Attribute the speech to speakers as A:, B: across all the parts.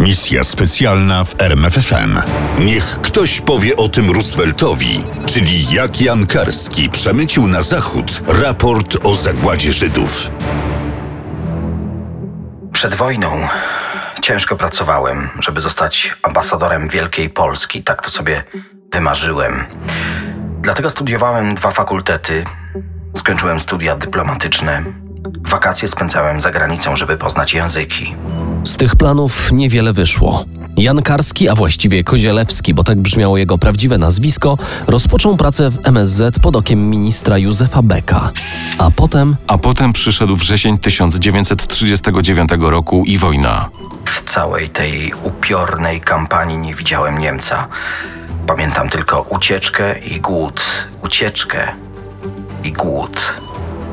A: Misja specjalna w RMFFM. Niech ktoś powie o tym Rooseveltowi, czyli jak Jan Karski przemycił na zachód raport o zagładzie Żydów.
B: Przed wojną ciężko pracowałem, żeby zostać ambasadorem Wielkiej Polski. Tak to sobie wymarzyłem. Dlatego studiowałem dwa fakultety, skończyłem studia dyplomatyczne. Wakacje spędzałem za granicą, żeby poznać języki.
C: Z tych planów niewiele wyszło. Jan Karski, a właściwie Kozielewski, bo tak brzmiało jego prawdziwe nazwisko, rozpoczął pracę w MSZ pod okiem ministra Józefa Beka. A potem
D: A potem przyszedł wrzesień 1939 roku i wojna.
B: W całej tej upiornej kampanii nie widziałem Niemca. Pamiętam tylko ucieczkę i głód. Ucieczkę i głód.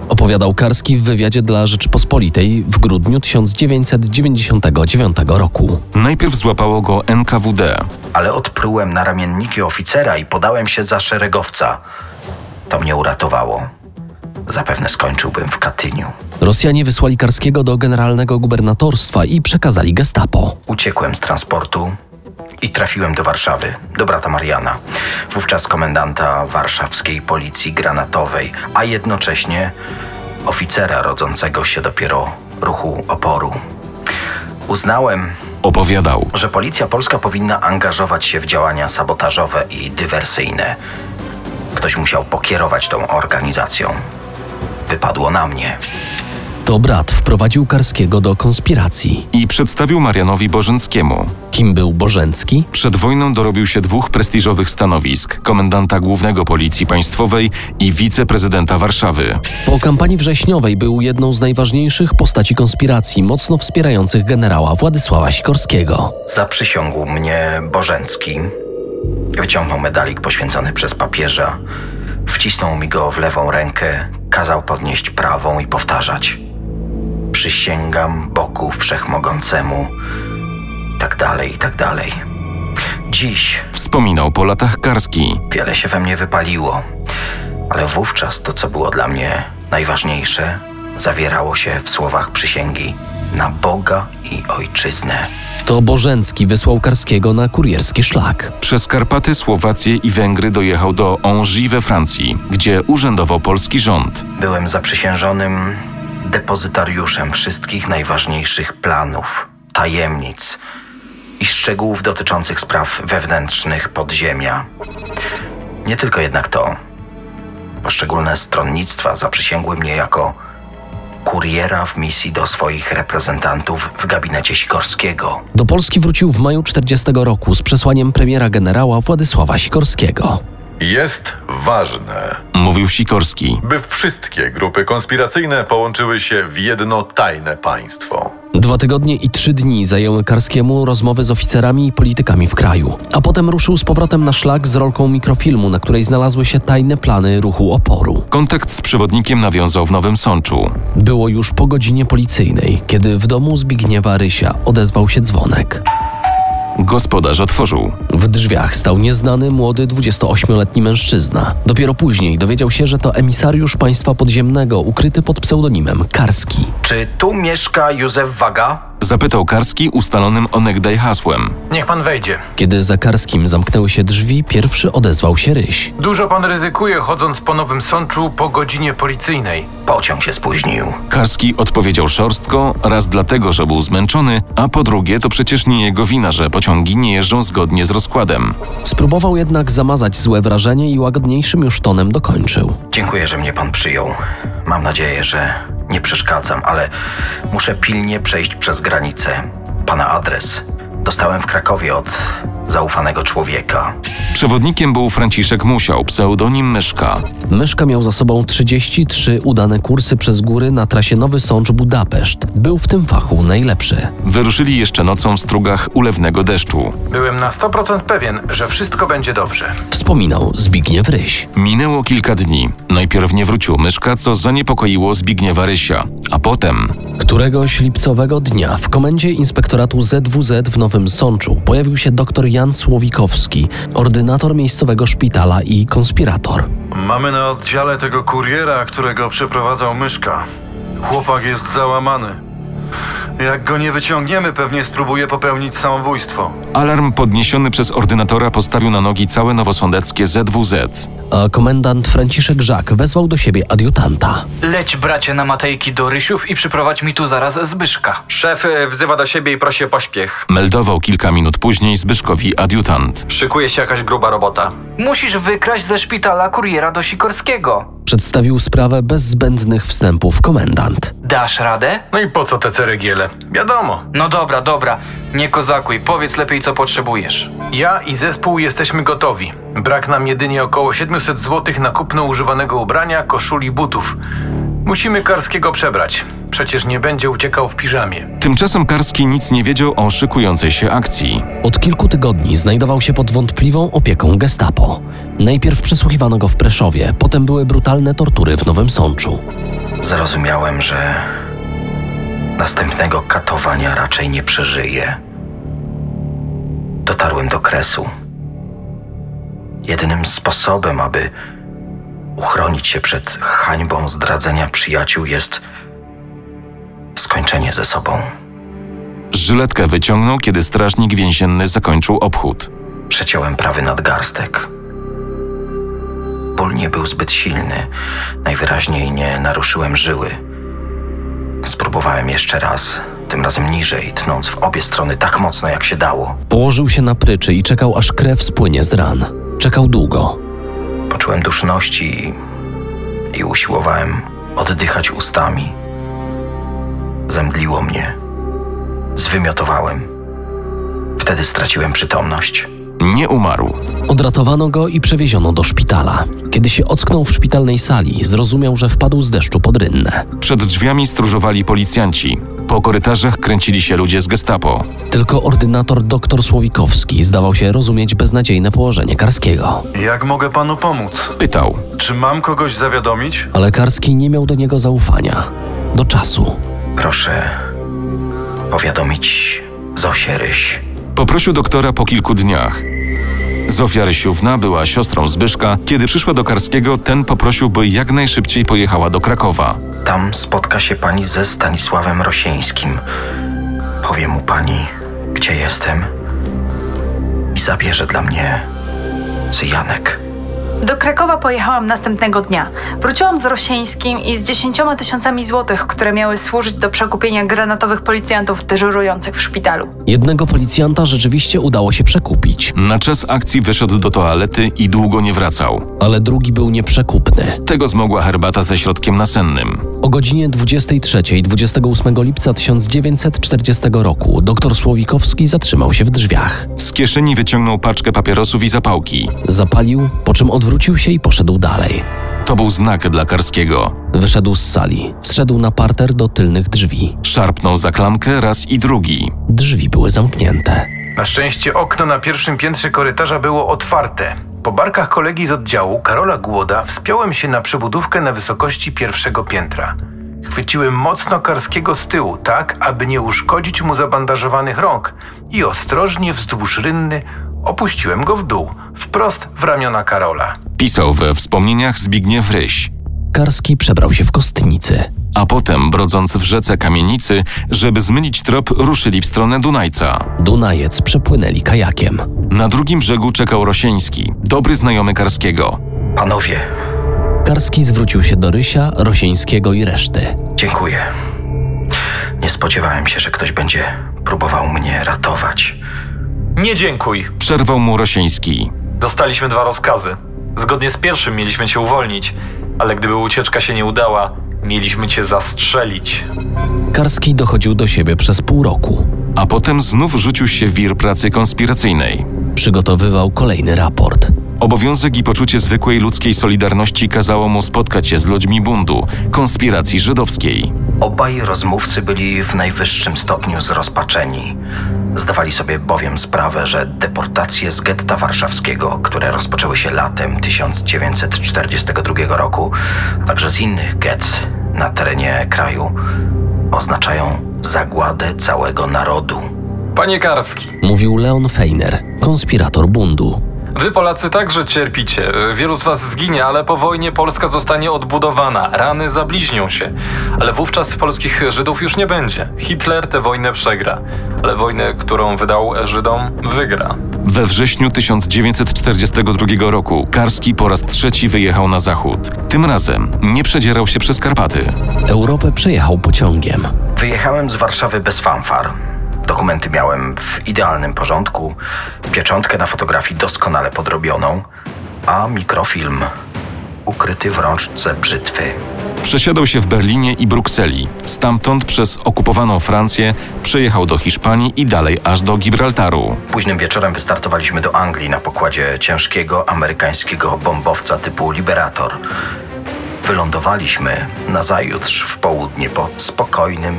C: opowiadał Karski w wywiadzie dla Rzeczpospolitej w grudniu 1999 roku.
D: Najpierw złapało go NKWD.
B: ale odprułem na ramienniki oficera i podałem się za szeregowca. To mnie uratowało. Zapewne skończyłbym w Katyniu.
C: Rosjanie wysłali Karskiego do generalnego gubernatorstwa i przekazali gestapo.
B: Uciekłem z transportu i trafiłem do Warszawy, do brata Mariana, wówczas komendanta warszawskiej policji granatowej, a jednocześnie oficera rodzącego się dopiero ruchu oporu. Uznałem,
D: Opowiadał.
B: że policja polska powinna angażować się w działania sabotażowe i dywersyjne. Ktoś musiał pokierować tą organizacją. Wypadło na mnie.
C: To brat wprowadził Karskiego do konspiracji.
D: I przedstawił Marianowi Bożynckiemu.
C: Kim był Bożencki?
D: Przed wojną dorobił się dwóch prestiżowych stanowisk: komendanta głównego Policji Państwowej i wiceprezydenta Warszawy.
C: Po kampanii wrześniowej był jedną z najważniejszych postaci konspiracji, mocno wspierających generała Władysława Sikorskiego.
B: Zaprzysiągł mnie Bożencki. Wyciągnął medalik poświęcony przez papieża. Wcisnął mi go w lewą rękę, kazał podnieść prawą i powtarzać. Przysięgam Bogu Wszechmogącemu. I tak dalej, i tak dalej. Dziś
D: Wspominał po latach Karski.
B: Wiele się we mnie wypaliło, ale wówczas to, co było dla mnie najważniejsze, zawierało się w słowach przysięgi na Boga i Ojczyznę.
C: To Bożencki wysłał Karskiego na kurierski szlak.
D: Przez Karpaty, Słowację i Węgry dojechał do Angers we Francji, gdzie urzędował polski rząd.
B: Byłem zaprzysiężonym depozytariuszem wszystkich najważniejszych planów, tajemnic i szczegółów dotyczących spraw wewnętrznych podziemia. Nie tylko jednak to. Poszczególne stronnictwa zaprzysięgły mnie jako kuriera w misji do swoich reprezentantów w gabinecie Sikorskiego.
C: Do Polski wrócił w maju 40 roku z przesłaniem premiera generała Władysława Sikorskiego.
E: Jest ważne,
D: Mówił Sikorski.
E: by wszystkie grupy konspiracyjne połączyły się w jedno tajne państwo.
C: Dwa tygodnie i trzy dni zajęły Karskiemu rozmowy z oficerami i politykami w kraju, a potem ruszył z powrotem na szlak z rolką mikrofilmu, na której znalazły się tajne plany ruchu oporu.
D: Kontakt z przewodnikiem nawiązał w Nowym Sączu.
C: Było już po godzinie policyjnej, kiedy w domu Zbigniewa Rysia odezwał się dzwonek.
D: Gospodarz otworzył.
C: W drzwiach stał nieznany młody 28-letni mężczyzna. Dopiero później dowiedział się, że to emisariusz państwa podziemnego ukryty pod pseudonimem Karski.
B: Czy tu mieszka Józef Waga?
D: Zapytał Karski ustalonym onegdaj hasłem.
F: Niech pan wejdzie.
C: Kiedy za Karskim zamknęły się drzwi, pierwszy odezwał się Ryś.
F: Dużo pan ryzykuje chodząc po Nowym Sączu po godzinie policyjnej.
B: Pociąg się spóźnił.
D: Karski odpowiedział szorstko, raz dlatego, że był zmęczony, a po drugie to przecież nie jego wina, że pociągi nie jeżdżą zgodnie z rozkładem.
C: Spróbował jednak zamazać złe wrażenie i łagodniejszym już tonem dokończył.
B: Dziękuję, że mnie pan przyjął. Mam nadzieję, że nie przeszkadzam, ale muszę pilnie przejść przez granicę. Pana adres dostałem w Krakowie od zaufanego człowieka.
D: Przewodnikiem był Franciszek Musiał, pseudonim Myszka.
C: Myszka miał za sobą 33 udane kursy przez góry na trasie Nowy Sącz-Budapeszt. Był w tym fachu najlepszy.
D: Wyruszyli jeszcze nocą w strugach ulewnego deszczu.
F: Byłem na 100% pewien, że wszystko będzie dobrze.
C: Wspominał Zbigniew Ryś.
D: Minęło kilka dni. Najpierw nie wrócił Myszka, co zaniepokoiło Zbigniewa Rysia. A potem
C: Któregoś lipcowego dnia w komendzie inspektoratu ZWZ w Nowym Sączu pojawił się dr Jan Słowikowski, ordynator miejscowego szpitala i konspirator.
G: Mamy na oddziale tego kuriera, którego przeprowadzał myszka. Chłopak jest załamany. Jak go nie wyciągniemy, pewnie spróbuje popełnić samobójstwo.
D: Alarm podniesiony przez ordynatora postawił na nogi całe nowosądeckie ZWZ.
C: A komendant Franciszek Żak wezwał do siebie adiutanta.
H: Leć bracie na Matejki do Rysiów i przyprowadź mi tu zaraz Zbyszka.
I: Szef y, wzywa do siebie i prosi o pośpiech.
D: Meldował kilka minut później Zbyszkowi adiutant.
I: Szykuje się jakaś gruba robota.
H: Musisz wykraść ze szpitala kuriera do Sikorskiego.
C: Przedstawił sprawę bez zbędnych wstępów komendant.
H: Dasz radę?
F: No i po co te ceregiele? Wiadomo,
H: No dobra, dobra. Nie kozakuj, powiedz lepiej co potrzebujesz.
F: ja i zespół jesteśmy gotowi. Brak nam jedynie około 700 zł na kupno używanego ubrania, koszuli, butów. Musimy Karskiego przebrać. Przecież nie będzie uciekał w piżamie.
D: Tymczasem Karski nic nie wiedział o szykującej się akcji.
C: Od kilku tygodni znajdował się pod wątpliwą opieką gestapo. Najpierw przesłuchiwano go w Preszowie, potem były brutalne tortury w Nowym Sączu.
B: Zrozumiałem, że następnego katowania raczej nie przeżyję. Dotarłem do kresu. Jedynym sposobem, aby uchronić się przed hańbą zdradzenia przyjaciół, jest skończenie ze sobą.
D: Żyletkę wyciągnął, kiedy strażnik więzienny zakończył obchód.
B: Przeciąłem prawy nadgarstek. Ból nie był zbyt silny. Najwyraźniej nie naruszyłem żyły. Spróbowałem jeszcze raz, tym razem niżej, tnąc w obie strony tak mocno jak się dało.
C: Położył się na pryczy i czekał, aż krew spłynie z ran. Czekał długo.
B: Poczułem duszności i, i usiłowałem oddychać ustami. Zemdliło mnie. Zwymiotowałem. Wtedy straciłem przytomność.
D: Nie umarł.
C: Odratowano go i przewieziono do szpitala. Kiedy się ocknął w szpitalnej sali, zrozumiał, że wpadł z deszczu pod rynnę.
D: Przed drzwiami stróżowali policjanci. Po korytarzach kręcili się ludzie z gestapo.
C: Tylko ordynator dr Słowikowski zdawał się rozumieć beznadziejne położenie Karskiego.
G: Jak mogę panu pomóc?
D: Pytał.
G: Czy mam kogoś zawiadomić?
C: Ale Karski nie miał do niego zaufania. Do czasu.
B: Proszę powiadomić Zosię Ryś.
D: Poprosił doktora po kilku dniach. Zofia Rysiówna była siostrą Zbyszka. Kiedy przyszła do Karskiego, ten poprosił, by jak najszybciej pojechała do Krakowa.
B: Tam spotka się pani ze Stanisławem Rosieńskim. Powie mu pani, gdzie jestem i zabierze dla mnie cyjanek.
J: Do Krakowa pojechałam następnego dnia. Wróciłam z Rosieńskim i z dziesięcioma tysiącami złotych, które miały służyć do przekupienia granatowych policjantów dyżurujących w szpitalu.
C: Jednego policjanta rzeczywiście udało się przekupić,
D: Na czas akcji wyszedł do toalety i długo nie wracał.
C: ale drugi był nieprzekupny.
D: Tego zmogła herbata ze środkiem nasennym.
C: O godzinie 23 28 lipca 1940 roku dr Słowikowski zatrzymał się w drzwiach.
D: Z kieszeni wyciągnął paczkę papierosów i zapałki.
C: Zapalił, po czym odwrócił się i poszedł dalej.
D: To był znak dla Karskiego.
C: Wyszedł z sali, zszedł na parter do tylnych drzwi.
D: Szarpnął za klamkę raz i drugi.
C: Drzwi były zamknięte.
F: Na szczęście okno na pierwszym piętrze korytarza było otwarte. Po barkach kolegi z oddziału Karola Głoda wspiąłem się na przebudówkę na wysokości pierwszego piętra. Chwyciłem mocno Karskiego z tyłu, tak aby nie uszkodzić mu zabandażowanych rąk i ostrożnie wzdłuż rynny opuściłem go w dół, wprost w ramiona Karola.
D: Pisał we wspomnieniach Zbigniew Ryś.
C: Karski przebrał się w kostnicy.
D: A potem, brodząc w rzece kamienicy, żeby zmylić trop, ruszyli w stronę Dunajca.
C: Dunajec przepłynęli kajakiem.
D: Na drugim brzegu czekał Rosieński, dobry znajomy Karskiego.
B: Panowie,
C: Karski zwrócił się do Rysia, Rosieńskiego i reszty.
B: dziękuję. Nie spodziewałem się, że ktoś będzie próbował mnie ratować.
I: Nie dziękuj.
D: Przerwał mu Rosieński.
I: Dostaliśmy dwa rozkazy. Zgodnie z pierwszym mieliśmy cię uwolnić, ale gdyby ucieczka się nie udała, mieliśmy cię zastrzelić.
C: Karski dochodził do siebie przez pół roku.
D: A potem znów rzucił się w wir pracy konspiracyjnej.
C: Przygotowywał kolejny raport.
D: Obowiązek i poczucie zwykłej ludzkiej solidarności kazało mu spotkać się z ludźmi buntu, konspiracji żydowskiej.
B: Obaj rozmówcy byli w najwyższym stopniu zrozpaczeni. Zdawali sobie bowiem sprawę, że deportacje z getta warszawskiego, które rozpoczęły się latem 1942 roku, a także z innych gett na terenie kraju, oznaczają zagładę całego narodu.
I: Panie Karski,
C: Mówił Leon Feiner, konspirator bundu.
I: Wy Polacy także cierpicie. Wielu z was zginie, ale po wojnie Polska zostanie odbudowana. Rany zabliźnią się. Ale wówczas polskich Żydów już nie będzie. Hitler tę wojnę przegra. Ale wojnę, którą wydał Żydom, wygra.
D: We wrześniu 1942 roku Karski po raz trzeci wyjechał na zachód. Tym razem nie przedzierał się przez Karpaty.
C: Europę przejechał pociągiem.
B: Wyjechałem z Warszawy bez fanfar. Dokumenty miałem w idealnym porządku, pieczątkę na fotografii doskonale podrobioną, a mikrofilm ukryty w rączce brzytwy.
D: Przesiadał się w Berlinie i Brukseli. Stamtąd przez okupowaną Francję przejechał do Hiszpanii i dalej aż do Gibraltaru.
B: Późnym wieczorem wystartowaliśmy do Anglii na pokładzie ciężkiego amerykańskiego bombowca typu Liberator. Wylądowaliśmy nazajutrz w południe po spokojnym,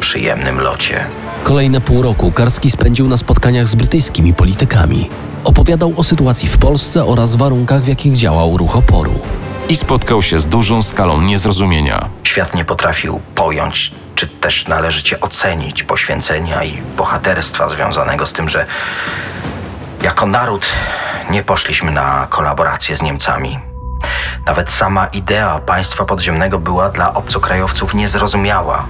B: przyjemnym locie.
C: Kolejne pół roku Karski spędził na spotkaniach z brytyjskimi politykami. Opowiadał o sytuacji w Polsce oraz warunkach, w jakich działał ruch oporu.
D: I spotkał się z dużą skalą niezrozumienia.
B: Świat nie potrafił pojąć, czy też należycie ocenić poświęcenia i bohaterstwa związanego z tym, że jako naród nie poszliśmy na kolaborację z Niemcami. Nawet sama idea państwa podziemnego była dla obcokrajowców niezrozumiała.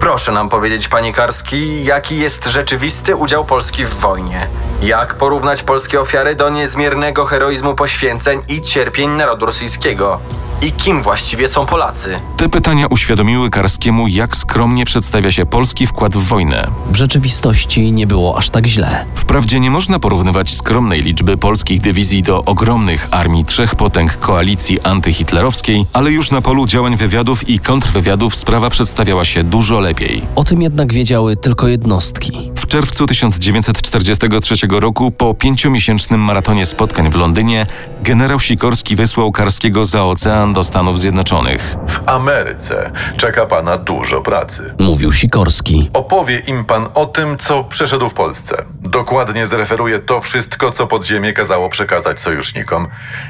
K: Proszę nam powiedzieć, panie Karski, jaki jest rzeczywisty udział Polski w wojnie? Jak porównać polskie ofiary do niezmiernego heroizmu poświęceń i cierpień narodu rosyjskiego? I kim właściwie są Polacy?
D: Te pytania uświadomiły Karskiemu, jak skromnie przedstawia się polski wkład w wojnę.
C: W rzeczywistości nie było aż tak źle.
D: Wprawdzie nie można porównywać skromnej liczby polskich dywizji do ogromnych armii trzech potęg koalicji antyhitlerowskiej, ale już na polu działań wywiadów i kontrwywiadów sprawa przedstawiała się dużo lepiej.
C: O tym jednak wiedziały tylko jednostki.
D: W czerwcu 1943 roku, po pięciomiesięcznym maratonie spotkań w Londynie, generał Sikorski wysłał Karskiego za ocean do Stanów Zjednoczonych.
E: W Ameryce czeka pana dużo pracy.
C: Mówił Sikorski.
E: Opowie im pan o tym, co przeszedł w Polsce. Dokładnie zreferuje to wszystko, co podziemie kazało przekazać sojusznikom.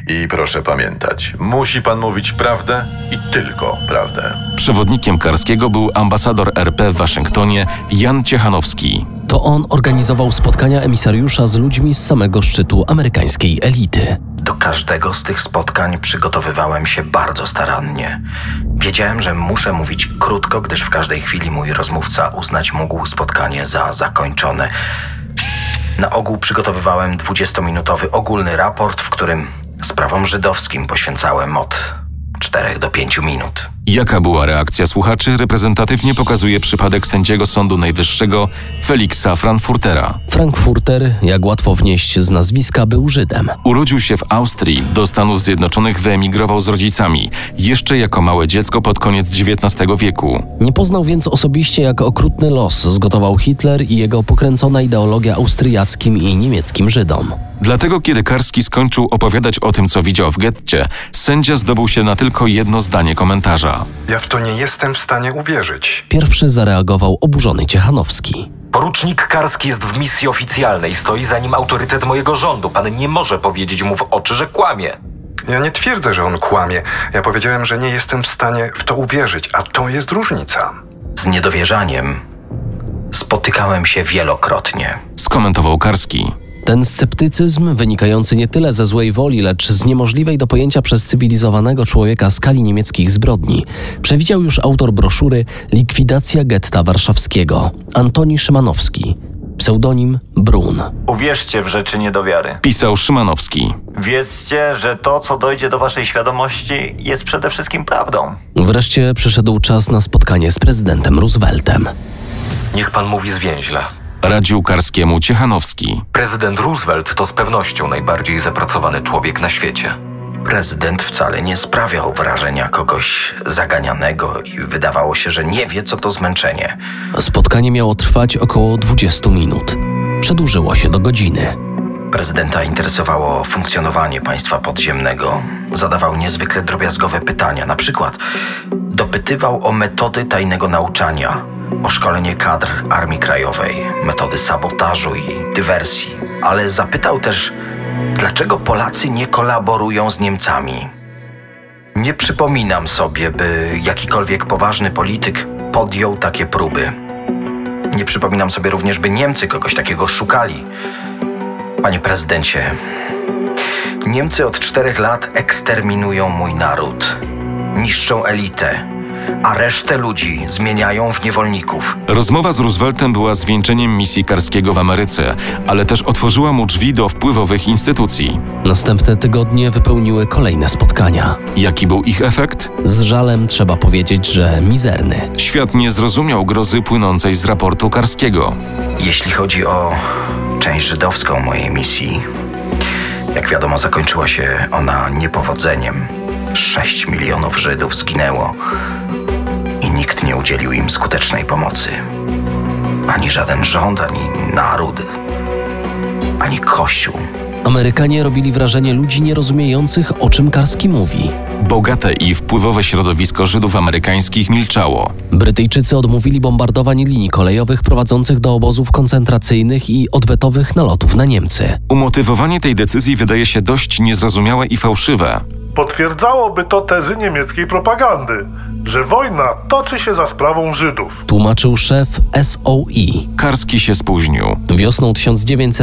E: I proszę pamiętać, musi pan mówić prawdę i tylko prawdę.
D: Przewodnikiem Karskiego był ambasador RP w Waszyngtonie Jan Ciechanowski.
C: To on organizował spotkania emisariusza z ludźmi z samego szczytu amerykańskiej elity.
B: Do każdego z tych spotkań przygotowywałem się bardzo starannie. Wiedziałem, że muszę mówić krótko, gdyż w każdej chwili mój rozmówca uznać mógł spotkanie za zakończone. Na ogół przygotowywałem 20-minutowy ogólny raport, w którym sprawom żydowskim poświęcałem od 4 do 5 minut.
D: Jaka była reakcja słuchaczy, reprezentatywnie pokazuje przypadek sędziego Sądu Najwyższego Feliksa Frankfurtera.
C: Frankfurter, jak łatwo wnieść z nazwiska, był Żydem.
D: Urodził się w Austrii, do Stanów Zjednoczonych wyemigrował z rodzicami, jeszcze jako małe dziecko pod koniec XIX wieku.
C: Nie poznał więc osobiście, jak okrutny los zgotował Hitler i jego pokręcona ideologia austriackim i niemieckim Żydom.
D: Dlatego, kiedy Karski skończył opowiadać o tym, co widział w getcie, sędzia zdobył się na tylko jedno zdanie komentarza.
L: Ja w to nie jestem w stanie uwierzyć.
C: Pierwszy zareagował oburzony Ciechanowski.
M: Porucznik Karski jest w misji oficjalnej, stoi za nim autorytet mojego rządu. Pan nie może powiedzieć mu w oczy, że kłamie.
L: Ja nie twierdzę, że on kłamie. Ja powiedziałem, że nie jestem w stanie w to uwierzyć, a to jest różnica.
B: Z niedowierzaniem spotykałem się wielokrotnie.
D: Skomentował Karski.
C: Ten sceptycyzm, wynikający nie tyle ze złej woli, lecz z niemożliwej do pojęcia przez cywilizowanego człowieka skali niemieckich zbrodni, przewidział już autor broszury Likwidacja getta warszawskiego, Antoni Szymanowski, pseudonim Brun.
N: Uwierzcie w rzeczy niedowiary.
D: Pisał Szymanowski.
N: Wiedzcie, że to, co dojdzie do waszej świadomości, jest przede wszystkim prawdą.
C: Wreszcie przyszedł czas na spotkanie z prezydentem Rooseveltem.
M: Niech pan mówi z więźle.
D: Radził Karskiemu Ciechanowski.
M: Prezydent Roosevelt to z pewnością najbardziej zapracowany człowiek na świecie.
B: Prezydent wcale nie sprawiał wrażenia kogoś zaganianego i wydawało się, że nie wie, co to zmęczenie.
C: Spotkanie miało trwać około 20 minut. Przedłużyło się do godziny.
B: Prezydenta interesowało funkcjonowanie państwa podziemnego. Zadawał niezwykle drobiazgowe pytania, na przykład dopytywał o metody tajnego nauczania, o szkolenie kadr Armii Krajowej, metody sabotażu i dywersji, ale zapytał też, dlaczego Polacy nie kolaborują z Niemcami. Nie przypominam sobie, by jakikolwiek poważny polityk podjął takie próby. Nie przypominam sobie również, by Niemcy kogoś takiego szukali. Panie prezydencie, Niemcy od czterech lat eksterminują mój naród. Niszczą elitę, a resztę ludzi zmieniają w niewolników.
D: Rozmowa z Rooseveltem była zwieńczeniem misji Karskiego w Ameryce, ale też otworzyła mu drzwi do wpływowych instytucji.
C: Następne tygodnie wypełniły kolejne spotkania.
D: Jaki był ich efekt?
C: Z żalem trzeba powiedzieć, że mizerny.
D: Świat nie zrozumiał grozy płynącej z raportu Karskiego.
B: Jeśli chodzi o część żydowską mojej misji, jak wiadomo, zakończyła się ona niepowodzeniem. 6 milionów Żydów zginęło i nikt nie udzielił im skutecznej pomocy. Ani żaden rząd, ani naród, ani kościół.
C: Amerykanie robili wrażenie ludzi nierozumiejących, o czym Karski mówi.
D: Bogate i wpływowe środowisko Żydów amerykańskich milczało.
C: Brytyjczycy odmówili bombardowań linii kolejowych prowadzących do obozów koncentracyjnych i odwetowych nalotów na Niemcy.
D: Umotywowanie tej decyzji wydaje się dość niezrozumiałe i fałszywe.
O: Potwierdzałoby to tezy niemieckiej propagandy,
G: Y,
O: że wojna toczy się za sprawą Żydów.
C: Tłumaczył szef SOI.
D: Karski się spóźnił.
C: Wiosną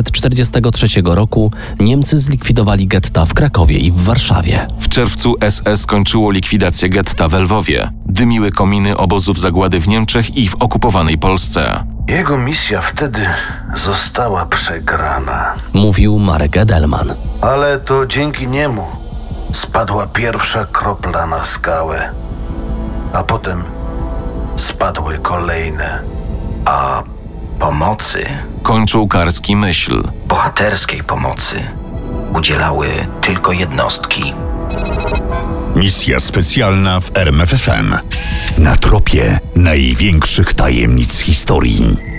C: 1943 roku Niemcy zlikwidowali getta w Krakowie i w Warszawie.
D: W czerwcu SS kończyło likwidację getta w Lwowie. Dymiły kominy obozów zagłady w Niemczech i w okupowanej Polsce.
P: Jego misja wtedy została przegrana.
C: Mówił Marek Edelman.
P: Ale to dzięki niemu spadła pierwsza kropla na skałę, a potem spadły kolejne.
B: A pomocy
D: Kończył Karski myśl.
B: bohaterskiej pomocy udzielały tylko jednostki.
A: Misja specjalna w RMFFM. Na tropie największych tajemnic historii.